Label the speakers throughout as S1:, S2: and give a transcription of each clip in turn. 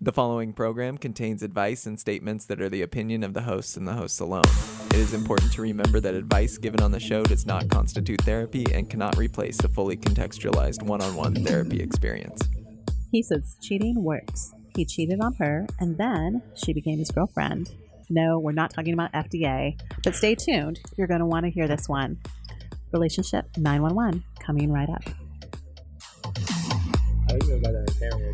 S1: The following program contains advice and statements that are the opinion of the hosts and the hosts alone. It is important to remember that advice given on the show does not constitute therapy and cannot replace a fully contextualized one on one therapy experience.
S2: He says cheating works. He cheated on her, and then she became his girlfriend. No, we're not talking about FDA, but stay tuned. You're going to want to hear this one. Relationship 911 coming right up.
S3: I didn't know about that on camera.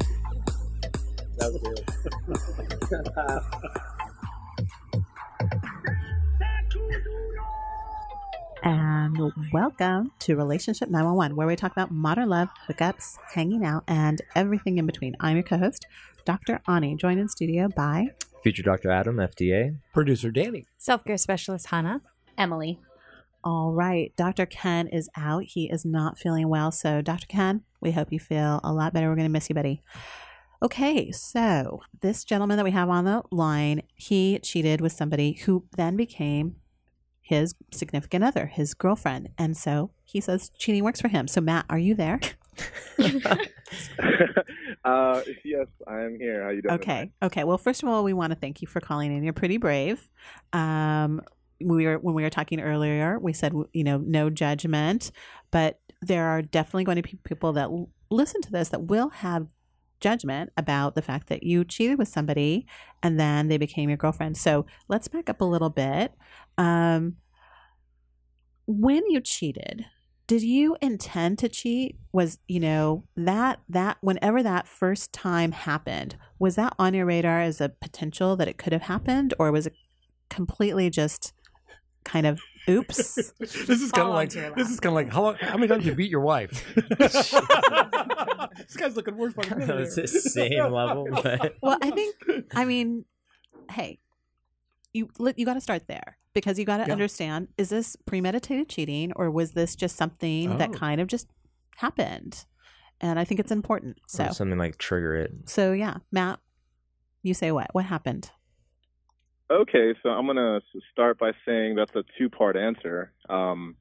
S3: That was real.
S2: And welcome to Relationship 911, where we talk about modern love, hookups, hanging out, and everything in between. I'm your co host, Dr. Ani, joined in studio by
S4: Future Dr. Adam, FDA.
S3: Producer Danny.
S5: Self care specialist Hannah.
S6: Emily.
S2: All right, Dr. Ken is out. He is not feeling well. So, Dr. Ken, we hope you feel a lot better. We're going to miss you, buddy. Okay, so this gentleman that we have on the line, he cheated with somebody who then became his significant other, his girlfriend. And so he says cheating works for him. So, Matt, are you there?
S7: uh, yes, I am here. How you doing?
S2: Okay. Okay. Well, first of all, we want to thank you for calling in. You're pretty brave. Um, we were when we were talking earlier, we said you know no judgment, but there are definitely going to be people that l- listen to this that will have judgment about the fact that you cheated with somebody and then they became your girlfriend. So let's back up a little bit. Um, when you cheated, did you intend to cheat? Was you know that that whenever that first time happened, was that on your radar as a potential that it could have happened, or was it completely just kind of oops?
S3: This is kind of
S5: Fall
S3: like
S5: onto your lap.
S3: this is kind of like how long, how many times you beat your wife? this guy's looking worse by the
S4: Kind of
S3: minute
S4: it's the
S3: here.
S4: same level, but
S2: well, I think I mean, hey, you look, you got to start there because you got to
S3: Yeah.
S2: understand: is this premeditated cheating, or was this just something that
S3: Oh.
S2: kind of just happened? And I think it's important. So,
S4: something like trigger it.
S2: so yeah, Matt, you say what? What happened?
S7: Okay, so I'm gonna s- start by saying that's a two-part answer. Um,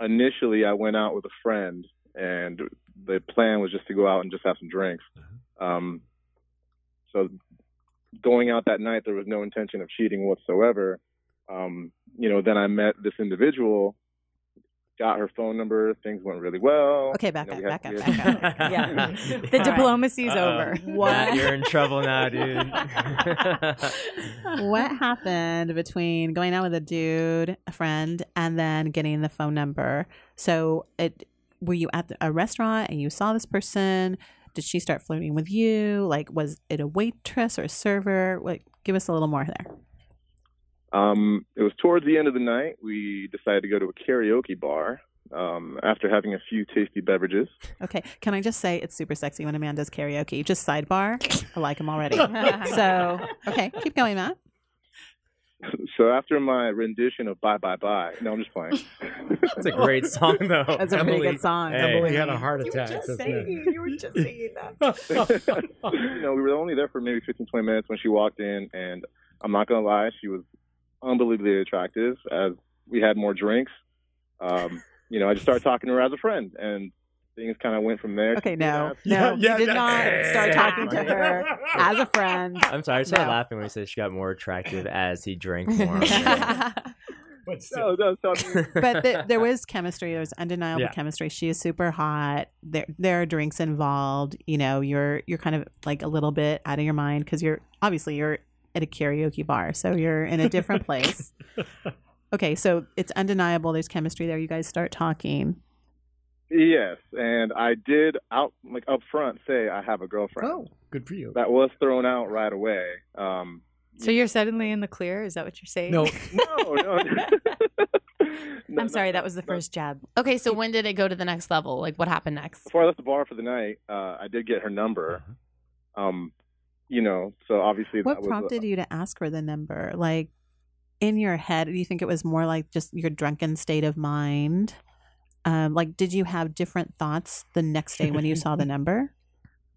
S7: initially, I went out with a friend, and the plan was just to go out and just have some drinks. Um, so, going out that night, there was no intention of cheating whatsoever. Um, you know, then I met this individual, got her phone number, things went really well.
S2: Okay, back
S7: You know,
S2: up,
S7: we had
S2: back up,
S7: kids.
S2: back up.
S5: Yeah.
S6: The
S5: All right.
S6: diplomacy's
S3: Uh,
S4: Uh-oh.
S6: over.
S4: Matt, you're in trouble now, dude.
S2: what happened between going out with a dude, a friend, and then getting the phone number? So, it were you at the- a restaurant and you saw this person? Did she start flirting with you? Like, was it a waitress or a server? Like, give us a little more there.
S7: Um, it was towards the end of the night. We decided to go to a karaoke bar um, after having a few tasty beverages.
S2: Okay, can I just say it's super sexy when a man does karaoke? Just sidebar, I like him already. so, okay, keep going, Matt.
S7: So after my rendition of "Bye Bye Bye," no, I'm just playing.
S4: It's a great song, though.
S2: That's a pretty
S3: Oh, Emily-
S2: good song.
S4: Hey.
S3: Emily had a heart attack. since then.
S5: you were just saying that.
S7: you know, we were only there for maybe 15, 20 minutes when she walked in, and I'm not gonna lie, she was unbelievably attractive. As we had more drinks, um, you know, I just started talking to her as a friend, and things kind of went from there.
S2: Okay,
S7: She
S2: no,
S7: asked-
S2: no,
S3: Yeah, yeah,
S2: you
S3: yeah.
S2: did not start talking to her as a friend.
S4: I'm sorry, I started
S2: No.
S4: laughing when he said she got more attractive as he drank more.
S3: But still.
S7: No, no, so I mean,
S2: but th- there was chemistry. There was undeniable
S3: Yeah.
S2: chemistry. She is super hot. There, there are drinks involved. You know, you're you're kind of like a little bit out of your mind because you're obviously you're at a karaoke bar, so you're in a different place. Okay, so it's undeniable. There's chemistry there. You guys start talking.
S7: Yes, and I did out like up front say I have a girlfriend.
S3: Oh, good for you.
S7: That was thrown out right away. Um,
S6: so you're suddenly in the clear? Is that what you're saying?
S3: No,
S7: no, no. No,
S6: I'm sorry,
S7: no,
S6: that was the
S7: no.
S6: first jab.
S5: Okay, so when did it go to the next level? Like, what happened next?
S7: Before I left the bar for the night, uh, I did get her number. Um, you know, so obviously
S2: What
S7: that was uh,
S2: prompted you to ask for the number? Like in your head, do you think it was more like just your drunken state of mind? Um, like, did you have different thoughts the next day when you saw the number?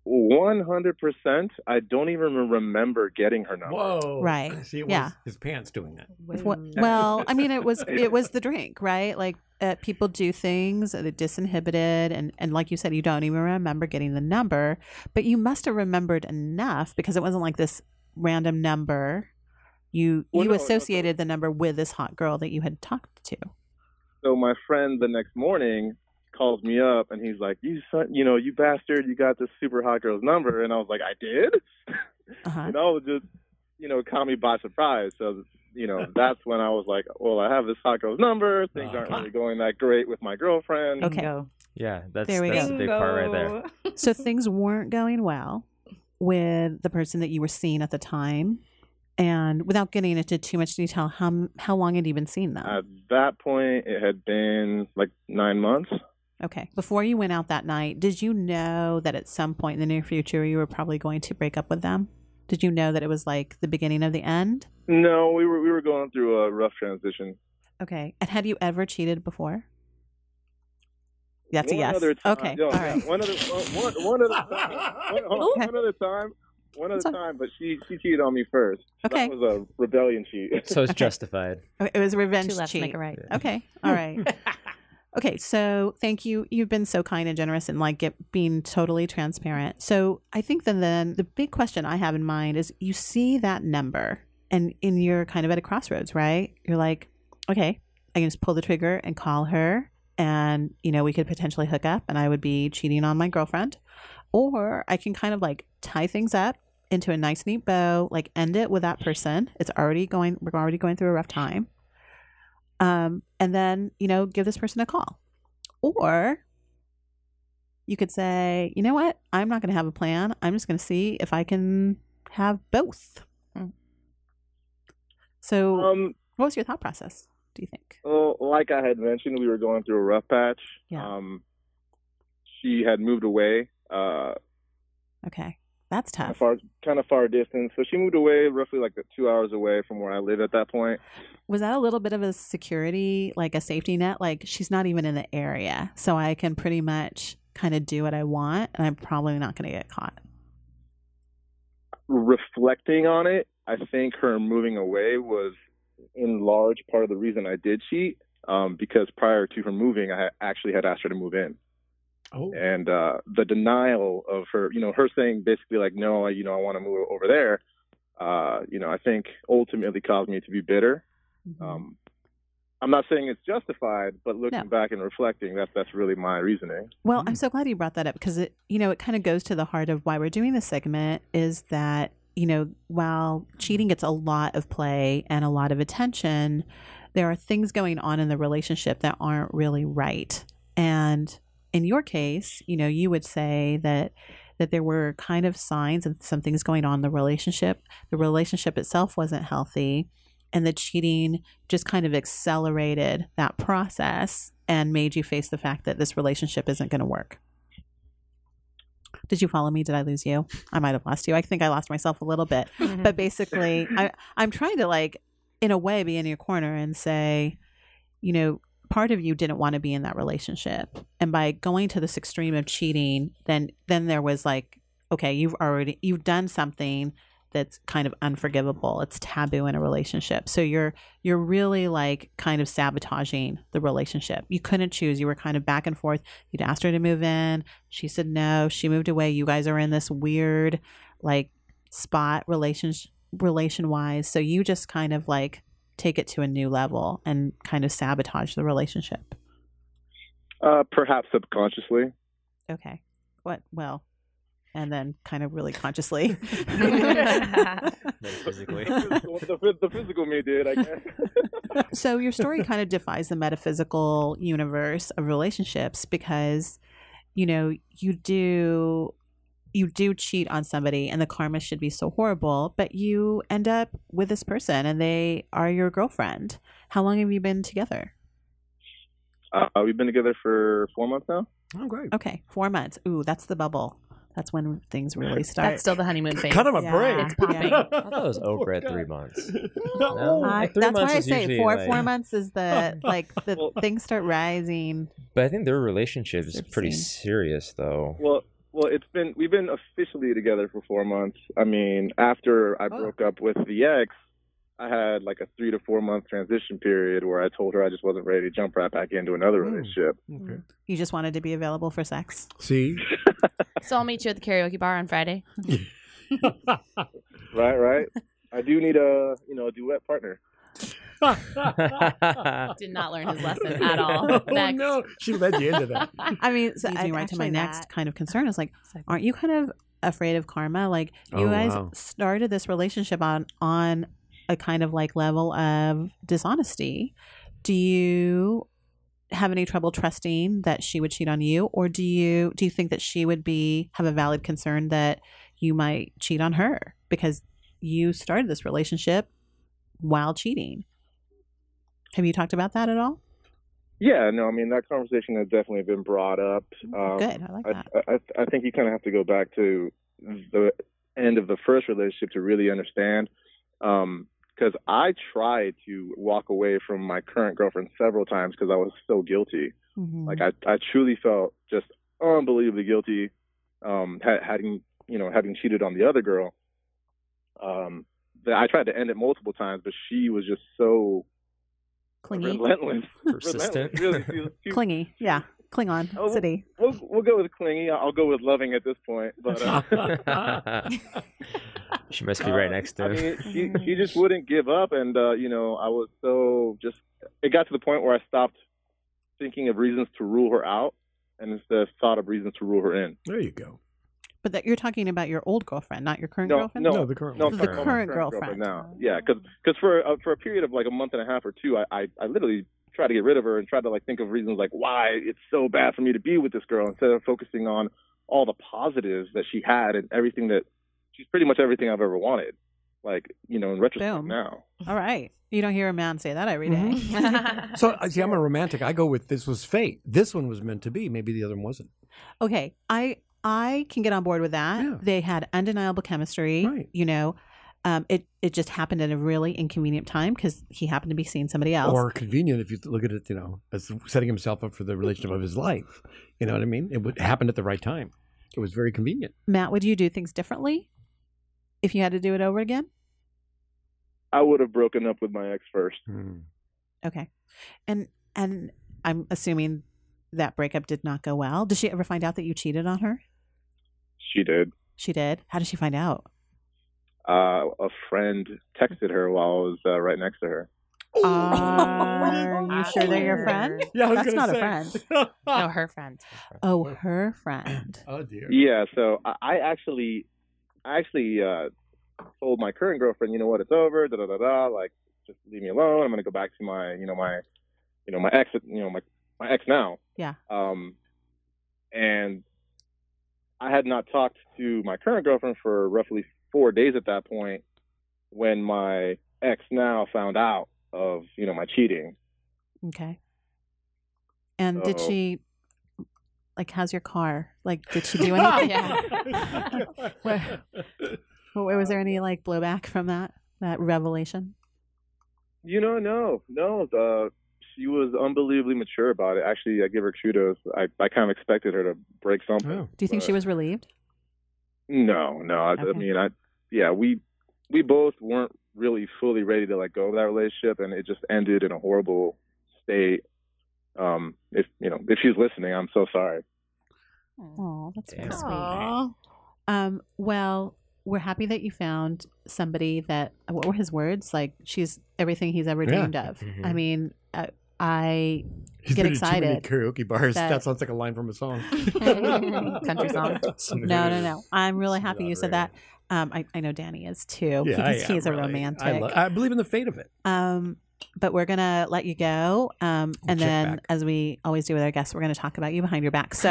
S7: 100%. I don't even remember getting her number.
S8: Whoa.
S2: Right.
S8: See, it was
S2: Yeah.
S8: his pants doing that.
S2: Wh-
S6: Mm.
S7: Mm.
S2: Well, I mean, it was it was the drink, right? Like uh, people do things that are disinhibited, and and like you said, you don't even remember getting the number, but you must have remembered enough because it wasn't like this random number. You
S7: Well,
S2: you
S7: no, no, so-
S2: associated the number with this hot girl that you had talked to.
S7: So my friend the next morning calls me up and he's like, "You son, you know, you bastard, you got this super hot girl's number." And I was like, "I did,"
S2: Uh-huh.
S7: and I was just, you know, caught me by surprise. So you know, that's when I was like, "Well, I have this hot girl's number. Things aren't really going that great with my girlfriend."
S2: Uh-huh. Okay.
S4: Yeah, that's
S2: There we
S4: that's
S2: go.
S4: the big part right there.
S2: so things weren't going well with the person that you were seeing at the time, and without getting into too much detail, how how long had you been seeing them?
S7: At that point, it had been like nine months.
S2: Okay. Before you went out that night, did you know that at some point in the near future you were probably going to break up with them? Did you know that it was like the beginning of the end?
S7: No, we were we were going through a rough transition.
S2: Okay. And had you ever cheated before? That's
S7: one
S2: a yes.
S7: Other time. Oh,
S2: Okay.
S7: No,
S2: All
S7: no,
S2: right.
S7: One other one, one other time. One, hold on, one other time. One other
S2: That's all-
S7: time, but she she cheated on me first.
S2: Okay.
S7: That was a rebellion cheat.
S4: So it's justified.
S2: Okay, It was a revenge
S5: Two lefts
S2: cheat.
S5: make a right.
S2: Okay. All right. Okay, so thank you. You've been so kind and generous and like it, being totally transparent. So I think then then the big question I have in mind is you see that number and and you're kind of at a crossroads, right? You're like, okay, I can just pull the trigger and call her and you know, we could potentially hook up and I would be cheating on my girlfriend. Or I can kind of like tie things up into a nice neat bow, like end it with that person. It's already going we're already going through a rough time um, and then you know give this person a call or you could say you know what i'm not going to have a plan i'm just going to see if i can have both so
S7: Um,
S2: what was your thought process do you think
S7: well, like I had mentioned, we were going through a rough patch.
S2: Yeah.
S7: Um, she had moved away, uh,
S2: okay that's
S7: a
S2: tough
S7: far kind of far distance. So she moved away, roughly like two hours away from where I live at that point.
S2: was that a little bit of a security like a safety net like she's not even in the area so i can pretty much kind of do what i want and i'm probably not going to get caught
S7: Reflecting on it, I think her moving away was in large part of the reason I did cheat. Um, because prior to her moving, I had- actually had asked her to move in.
S8: Oh.
S7: and uh, the denial of her, you know, her saying basically like, no, I- you know, I want to move over there. Uh, you know, I think ultimately caused me to be bitter. Um, I'm not saying it's justified, but looking
S2: No.
S7: back and reflecting, that's that's really my reasoning.
S2: Well, I'm so glad you brought that up because it, you know, it kind of goes to the heart of why we're doing this segment is that, you know, while cheating gets a lot of play and a lot of attention, there are things going on in the relationship that aren't really right. And in your case, you know, you would say that that there were kind of signs that something's going on in the relationship. The relationship itself wasn't healthy, and the cheating just kind of accelerated that process and made you face the fact that this relationship isn't going to work. Did you follow me? Did I lose you? I might have lost you. I think I lost myself a little bit.
S6: Mm-hmm.
S2: But basically, I, I'm trying to, like, in a way, be in your corner and say, you know, part of you didn't want to be in that relationship. And by going to this extreme of cheating, then then there was like, okay, you've already you've done something that's kind of unforgivable. It's taboo in a relationship. So you're you're really like kind of sabotaging the relationship. You couldn't choose. You were kind of back and forth. You'd asked her to move in. She said no. She moved away. You guys are in this weird like spot relations relation wise. So you just kind of like take it to a new level and kind of sabotage the relationship.
S7: Uh, perhaps subconsciously.
S2: Okay. What well and then kind of really consciously.
S4: Metaphysically.
S7: the, physical, the, phys- the physical me did, I guess.
S2: so your story kind of defies the metaphysical universe of relationships because you know you do you do cheat on somebody and the karma should be so horrible but you end up with this person and they are your girlfriend how long have you been together
S7: Uh, we've been together for four months now.
S8: Oh, great.
S2: okay four months ooh that's the bubble that's when things really start
S5: That's still the honeymoon phase.
S8: Cut him a
S2: Yeah.
S8: break.
S2: It's popping.
S5: I
S4: I thought it was
S8: Oh,
S4: over at three months.
S8: No.
S2: I-
S4: Three
S2: that's
S4: months
S2: why I
S4: is
S2: say
S4: usually,
S2: four
S4: like-
S2: four months is the like the things start rising.
S4: But I think their relationship is
S2: Sort of
S4: pretty
S2: same.
S4: serious, though.
S7: Well, Well, it's been we've been officially together for four months. I mean, after I broke up with the ex, I had like a three to four month transition period where I told her I just wasn't ready to jump right back into another relationship.
S2: You just wanted to be available for sex.
S8: See?
S5: So I'll meet you at the karaoke bar on Friday.
S7: Right, right. I do need a you know a duet partner.
S5: Did not learn his lesson at all.
S8: Oh, no. She led you into that.
S2: I mean, so
S6: Leads
S2: I,
S6: me
S2: right to my
S6: actually
S2: next
S6: that-
S2: kind of concern is like, aren't you kind of afraid of karma? Like you
S8: Oh,
S2: guys
S8: wow.
S2: started this relationship on on a kind of like level of dishonesty. Do you have any trouble trusting that she would cheat on you, or do you do you think that she would be have a valid concern that you might cheat on her because you started this relationship while cheating? Have you talked about that at all?
S7: Yeah, no, I mean that conversation has definitely been brought up. Um,
S2: Good, I like that.
S7: I, I, I think you kind of have to go back to the end of the first relationship to really understand. Because I tried to walk away from my current girlfriend several times because I was so guilty.
S2: Mhm.
S7: Like I, I truly felt just unbelievably guilty, um, ha- having you know having cheated on the other girl. Um, that I tried to end it multiple times, but she was just so
S2: clingy,
S7: relentless,
S4: Persistent.
S7: relentless. Really, she was-
S2: clingy, yeah, Klingon
S7: Oh,
S2: city.
S7: we'll, we'll go with clingy. I'll go with loving at this point, but. Uh,
S4: she must be right
S7: Uh,
S4: next
S7: I
S4: to
S8: Um,
S4: him.
S7: mean, she, she just wouldn't give up, and uh, you know, I was so just. It got to the point where I stopped thinking of reasons to rule her out, and instead thought of reasons to rule her in.
S8: There you go.
S2: But that you're talking about your old girlfriend, not your current
S7: No,
S2: girlfriend.
S7: no,
S8: No, the current
S7: No, I'm
S8: one.
S2: The
S7: talking about my
S2: current girlfriend.
S7: now, yeah, because for uh, for a period of like a month and a half or two, I, I I literally tried to get rid of her and tried to like think of reasons like why it's so bad for me to be with this girl instead of focusing on all the positives that she had and everything that she's pretty much everything I've ever wanted. Like you know, in retrospect
S2: Boom.
S7: now.
S2: All right. You don't hear a man say that every day.
S8: So I see, I'm a romantic. I go with this was fate. This one was meant to be. Maybe the other one wasn't.
S2: Okay. I I can get on board with that.
S8: Yeah.
S2: They had undeniable chemistry.
S8: Right.
S2: You know, um, it it just happened at a really inconvenient time because he happened to be seeing somebody else.
S8: Or convenient if you look at it, you know, as setting himself up for the relationship of his life. You know what I mean? It would happen at the right time. It was very convenient.
S2: Matt, would you do things differently if you had to do it over again?
S7: I would have broken up with my ex first.
S4: Hmm.
S2: Okay. And and I'm assuming that breakup did not go well. Did she ever find out that you cheated on her?
S7: She did.
S2: She did. How did she find out?
S7: Uh, a friend texted her while I was uh, right next to her.
S2: Are Um, you sure they're your friend?
S8: Yeah, I was
S2: That's
S8: gonna
S2: not a
S8: say.
S5: No, her friend.
S2: Oh, her friend.
S8: oh dear.
S7: Yeah, so I, I actually, I actually uh, told my current girlfriend, you know what, it's over, da da da da. Like, just leave me alone. I'm gonna go back to my, you know, my, you know, my ex, you know, my my ex now.
S2: Yeah.
S7: Um, and I had not talked to my current girlfriend for roughly four days at that point when my ex now found out of you know my cheating.
S2: Okay. And did
S7: So-
S2: she like how's your car? Like did she do anything? Where- Well, was there any like blowback from that that revelation?
S7: You know, no, no. Uh, she was unbelievably mature about it. Actually, I give her kudos. I, I kind of expected her to break something.
S8: Oh.
S2: Do you think she
S7: Right.
S2: was relieved?
S7: No, no. I, I
S2: Okay.
S7: mean, I, yeah, we, we both weren't really fully ready to like go of that relationship, and it just ended in a horrible state. Um, if you know, if she's listening, I'm so sorry.
S2: Oh, that's
S4: Damn.
S2: really sweet. Um, well, we're happy that you found somebody that what were his words? Like she's everything he's ever
S8: Yeah.
S2: dreamed of. I
S4: Mhm.
S2: mean, uh, I
S8: He's
S2: Get
S8: been to too many
S2: excited.
S8: karaoke bars.
S2: That-
S8: That, sounds like a line from a song.
S5: Country song.
S2: No, no, no. I'm really happy you said that.
S8: Moderator.
S2: Um, I, I know Danny is too
S8: Yeah, I
S2: because
S8: am,
S2: he's a
S8: really. I,
S2: romantic.
S8: lo- I believe in the fate of it.
S2: um, but we're gonna let you go. Um, and
S8: check
S2: then,
S8: back.
S2: as we always do with our guests, we're gonna talk about you behind your back. So,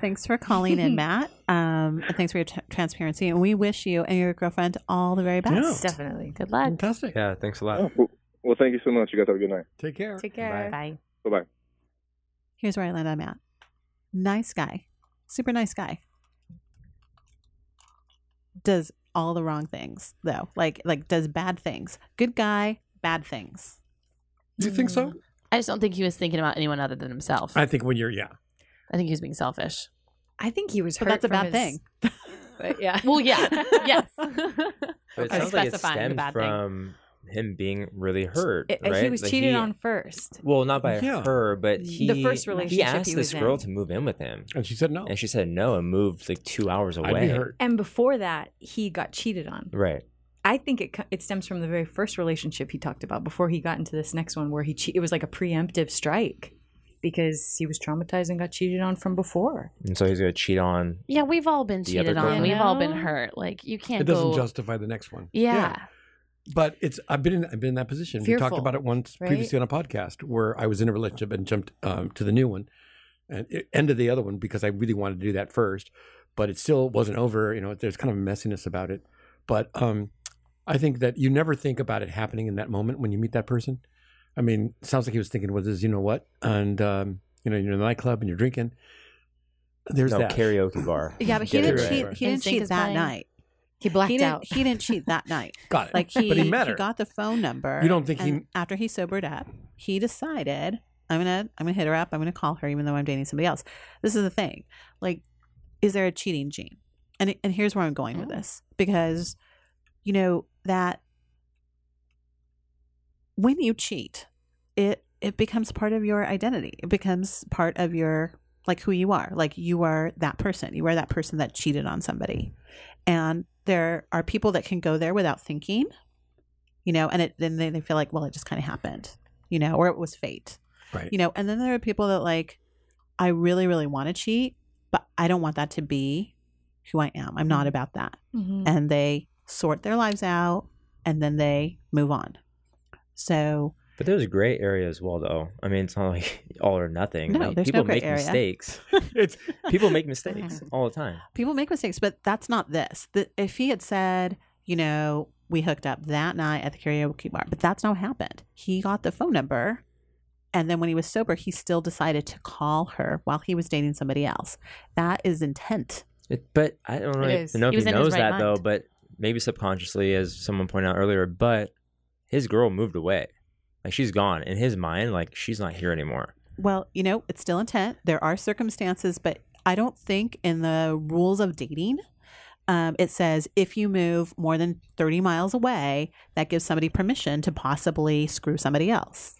S2: thanks for calling in, Matt. Um, and thanks for your t- transparency. And we wish you and your girlfriend all the very best.
S6: Definitely.
S5: Good
S2: Uh,
S5: luck.
S8: Fantastic.
S4: yeah, thanks a lot.
S7: Oh, well- well, thank you so much. You guys have a good night.
S8: Take care.
S6: Take care.
S5: Bye.
S7: Bye bye.
S2: Here's where I land on Matt. Nice guy, super nice guy. Does all the wrong things though. Like like does bad things. Good guy, bad things.
S8: Do you think so?
S5: I just don't think he was thinking about anyone other than himself.
S8: I
S5: I,
S8: think when you're yeah.
S5: think he was being selfish.
S6: I think he was
S2: But
S6: hurt
S2: that's a
S6: from
S2: bad
S6: his-
S2: thing.
S6: But yeah.
S5: Well, yeah, yes.
S4: But it
S5: Okay.
S4: sounds like it
S5: Specifying the
S4: stemmed
S5: bad thing.
S4: from him being really hurt,
S6: It-
S4: right?
S6: He was
S4: Like,
S6: cheated on first.
S4: Well, not by
S8: Yeah.
S4: her, but he.
S6: The first
S4: He
S6: relationship
S4: asked
S6: he
S4: this
S6: was
S4: girl
S6: in.
S4: to move in with him,
S8: And she said no.
S4: and she said no, and moved like two hours away.
S8: Oh. I'd be hurt.
S6: And before that, he got cheated on.
S4: Right.
S6: I think it co- it stems from the very first relationship he talked about before he got into this next one where he che- it was like a preemptive strike because he was traumatized and got cheated on from before.
S4: And so he's gonna cheat on.
S5: yeah, we've all been
S4: The other
S5: cheated on.
S4: girl.
S5: We've all been
S6: You know?
S5: hurt. Like you can't
S8: It doesn't
S5: go.
S8: justify the next one.
S5: yeah.
S8: But it's I've been in, I've been in that position. we talked
S6: Fearful,
S8: about it once
S6: right?
S8: previously on a podcast where I was in a relationship and jumped um, to the new one and it ended the other one because I really wanted to do that first, but it still wasn't over. You know, there's kind of a messiness about it. But um, I think that you never think about it happening in that moment when you meet that person. I mean, it sounds like he was thinking, "Well, this, is- you know what?" And um, you know, you're in the nightclub and you're drinking. There's
S4: no
S8: that
S4: karaoke bar.
S2: Yeah, but he
S4: Get it
S2: didn't
S4: right.
S2: cheat. He didn't
S5: NSYNC
S2: cheat
S5: is
S2: that
S5: playing.
S2: night.
S6: He blacked
S2: He
S6: out.
S2: didn't. He didn't cheat that night.
S8: Got it.
S2: Like he,
S8: but he met her.
S2: got the phone number.
S8: You don't think he-
S2: and after he sobered up, he decided I'm gonna I'm gonna hit her up. I'm gonna call her, even though I'm dating somebody else. This is the thing. Like, is there a cheating gene? And and here's where I'm going with
S5: Mm.
S2: this because, you know that when you cheat, it it becomes part of your identity. It becomes part of your like who you are. Like you are that person. You are that person that cheated on somebody. And there are people that can go there without thinking, you know, and it then they, they feel like, well, it just kind of happened, you know, or it was fate.
S8: Right.
S2: You know, and then there are people that like, I really, really want to cheat, but I don't want that to be who I am. I'm not about that
S6: Mhm.
S2: and they sort their lives out and then they move on. So
S4: But there's a gray area as well, though. I mean, it's not like all or nothing.
S2: No,
S4: Like,
S2: there's no
S4: people
S2: gray
S4: make
S2: area.
S4: mistakes. it's people make mistakes all the time.
S2: people make mistakes, but that's not this. The, if he had said, you know, we hooked up that night at the karaoke bar, but that's not what happened. He got the phone number. And then when he was sober, he still decided to call her while he was dating somebody else. That is intent.
S4: It, but I don't really
S6: is.
S4: know if
S5: He
S4: he,
S5: was in his
S4: knows
S5: right
S4: that
S5: mind.
S4: though. But maybe subconsciously, as someone pointed out earlier, but his girl moved away. Like she's gone in his mind. Like she's not here anymore.
S2: Well, you know, it's still intent. There are circumstances, but I don't think in the rules of dating, um, it says if you move more than 30 miles away, that gives somebody permission to possibly screw somebody else.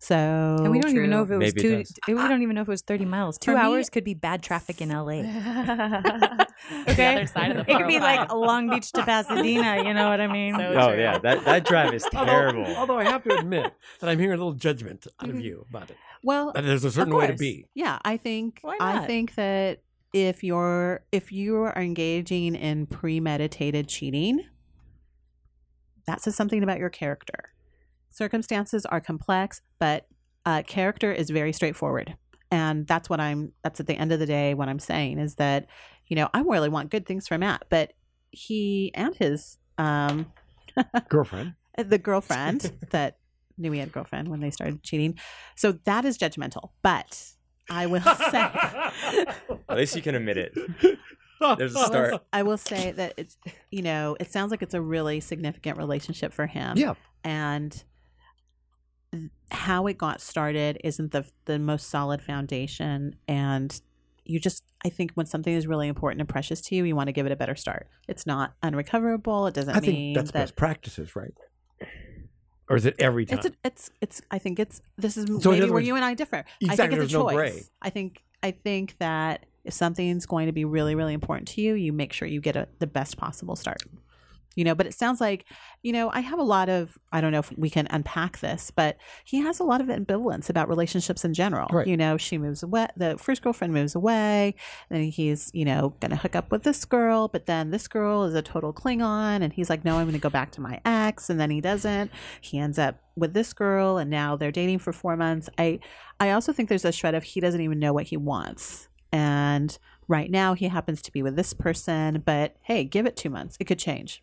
S2: So,
S6: And we don't even know if
S5: True.
S6: it was
S4: Maybe it
S6: two.
S4: does.
S6: we don't even know if it was thirty miles.
S2: For
S6: Two
S2: me-
S6: hours could be bad traffic in L.A.
S5: the other side of the
S6: it could be like
S5: profile.
S6: Long Beach to Pasadena. You know what I mean?
S5: So
S4: oh
S5: true.
S4: yeah, that that drive is
S8: Although-
S4: terrible.
S8: although I have to admit that I'm hearing a little judgment out of you about it.
S2: well,
S8: That there's a certain
S2: Of
S8: way to
S2: course.
S8: be.
S2: Yeah, I think
S6: Why
S2: I
S6: not?
S2: think that if you're if you are engaging in premeditated cheating, that says something about your character. Circumstances are complex, but uh, character is very straightforward, and that's what I'm. That's at the end of the day what I'm saying is that you know I really want good things from Matt, but he and his um
S8: Girlfriend.
S2: the girlfriend that knew he had a girlfriend when they started cheating. So that is judgmental, but I will say
S4: At least you can admit it. There's a
S2: I will-
S4: start.
S2: I will say that it's you know it sounds like it's a really significant relationship for him.
S8: Yeah.
S6: Um,
S2: and how it got started isn't the the most solid foundation, and you just I think when something is really important and precious to you, you want to give it a better start. It's not unrecoverable. It doesn't
S8: I
S2: mean
S8: think that's
S2: that
S8: best practices, right? Or is it every time?
S2: it's a, it's it's I think it's this is
S8: other
S2: maybe where
S8: words-
S2: you and I differ. I
S8: Exactly,
S2: think it's
S8: there's
S2: a
S8: no
S2: choice.
S8: gray.
S2: I think I think that if something's going to be really really important to you, you make sure you get a, the best possible start. You know, but it sounds like you know I have a lot of I don't know if we can unpack this, but he has a lot of ambivalence about relationships in general.
S8: Right.
S2: You know, she moves away. The first girlfriend moves away. Then he's, you know, going to hook up with this girl, but then this girl is a total Klingon, and he's like, no, I'm going to go back to my ex, and then he doesn't. He ends up with this girl, and now they're dating for four months. I, I also think there's a shred of he doesn't even know what he wants, and right now he happens to be with this person, but hey, give it two months, it could change.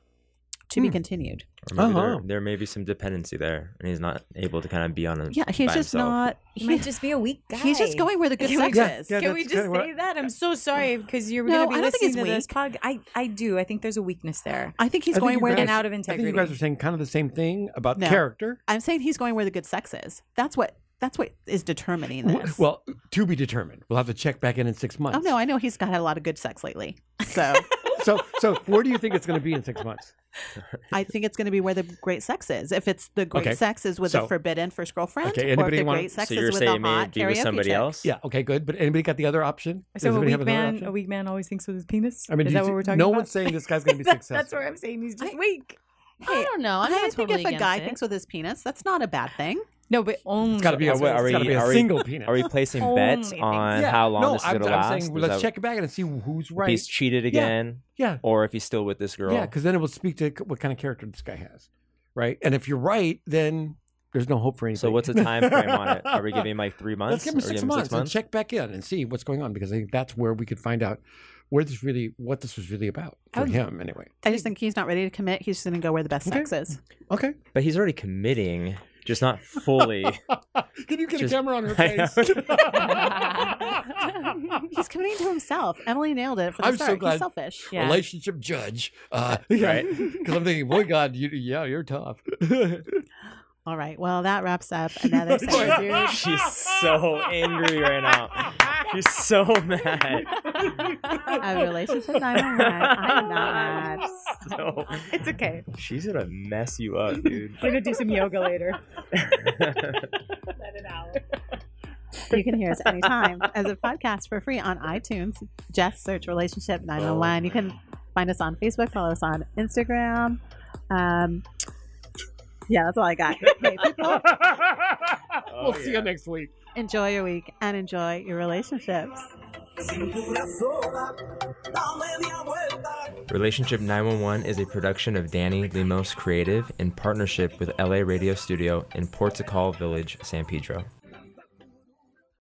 S2: To be
S8: Hmm.
S2: continued.
S4: Or maybe
S8: Uh-huh.
S4: there, there may be some dependency there, and he's not able to kind of be on him.
S2: Yeah, he's
S4: by
S2: just
S4: himself.
S2: not.
S6: He
S2: he-
S6: might just be a weak guy.
S2: He's just going where the good
S6: Can we
S2: sex
S6: just-
S2: is.
S8: Yeah,
S6: Can
S8: that's
S6: we just
S8: kinda what-
S6: say that? I'm so sorry because you're
S2: No, I
S6: going to be
S2: don't think
S6: listening
S2: he's
S6: to this
S2: weak.
S6: podcast. I, I do. I think there's a weakness there.
S2: I think he's
S8: I think
S2: going
S8: you
S2: where
S8: guys-
S2: the
S6: and out of
S8: I think
S6: integrity.
S8: you guys are saying kind of the same thing about
S2: No.
S8: character.
S2: I'm saying he's going where the good sex is. That's what that's what is determining
S8: W-
S2: this.
S8: Well, to be determined. We'll have to check back in in six months.
S2: oh no, I know he's got a lot of good sex lately. So
S8: so, so where do you think it's going to be in six months?
S2: I think it's going to be where the great sex is. If it's the great
S8: Okay.
S2: sex is with
S8: So-
S2: the forbidden first girlfriend,
S8: Okay,
S2: or if
S8: anybody
S2: the
S8: want-
S2: great sex
S4: so
S2: is
S4: you're
S2: with a
S4: saying maybe
S2: hot
S4: it'd be with
S2: karaoke
S4: somebody
S2: chick.
S4: else?
S8: Yeah. Okay. Good. But anybody got the other option? Does
S6: So a
S8: anybody
S6: weak
S8: have another
S6: man,
S8: option?
S6: a weak man always thinks with his penis.
S8: I mean, do you
S6: is that what
S8: thi-
S6: we're talking
S8: no
S6: about?
S8: one's saying this guy's going to be
S6: That-
S8: successful.
S6: That's where I'm saying he's just weak.
S5: I don't know. I'm
S2: I
S5: not
S2: think
S5: totally
S2: if a
S5: against
S2: guy
S5: it.
S2: thinks with his penis, that's not a bad thing.
S6: No, but only.
S8: It's got to be
S4: Are
S8: a,
S4: we-
S8: it's
S4: are
S8: gotta
S4: we-
S8: be a
S4: are we-
S8: single penis.
S4: Are we placing
S6: Only
S4: bets
S6: things.
S4: on
S8: Yeah.
S4: how long
S8: no,
S4: this is
S8: I'm,
S4: going to
S8: I'm
S4: last?
S8: saying
S4: Is
S8: let's
S4: that-
S8: check back and see who's
S4: if
S8: right.
S4: he's cheated again,
S8: yeah.
S4: or if he's still with this girl.
S8: Yeah, because then it will speak to c- what kind of character this guy has, right? And if you're right, then there's no hope for anything.
S4: so what's the time frame on it? Are we giving him like three months?
S8: Let's give him
S4: Are we
S8: six
S4: giving
S8: months, and check back in and see what's going on because I think that's where we could find out where this really, what this was really about for
S6: Okay.
S8: him, anyway.
S2: I just think he's not ready to commit. He's just going to go where the best
S8: Okay.
S2: sex is.
S8: Okay.
S4: But he's already committing, just not fully.
S8: Oh, Can you get
S4: Just-
S8: a camera on her
S4: I know.
S8: face?
S2: He's committing to himself. Emily nailed it. For the
S8: I'm so
S2: start.
S8: glad-
S2: He's selfish.
S6: Yeah.
S8: Relationship judge, uh,
S4: Right.
S8: Because I'm thinking, boy, God, you, yeah, you're tough.
S2: All right. Well, that wraps up another segment.
S4: She's so angry right now. She's so mad.
S2: of relationships. I'm not. I'm not mad.
S4: So,
S6: It's okay.
S4: she's gonna mess you up, dude.
S6: We're gonna do some yoga later.
S2: You can hear us anytime as a podcast for free on iTunes. Just search Relationship 911. You can find us on Facebook, follow us on Instagram. Um, yeah, that's all I got. Okay, people,
S8: we'll see you next week.
S2: enjoy your week and enjoy your relationships.
S4: Relationship 911 is a production of Danny Limos Creative in partnership with LA Radio Studio in Portugal Village, San Pedro.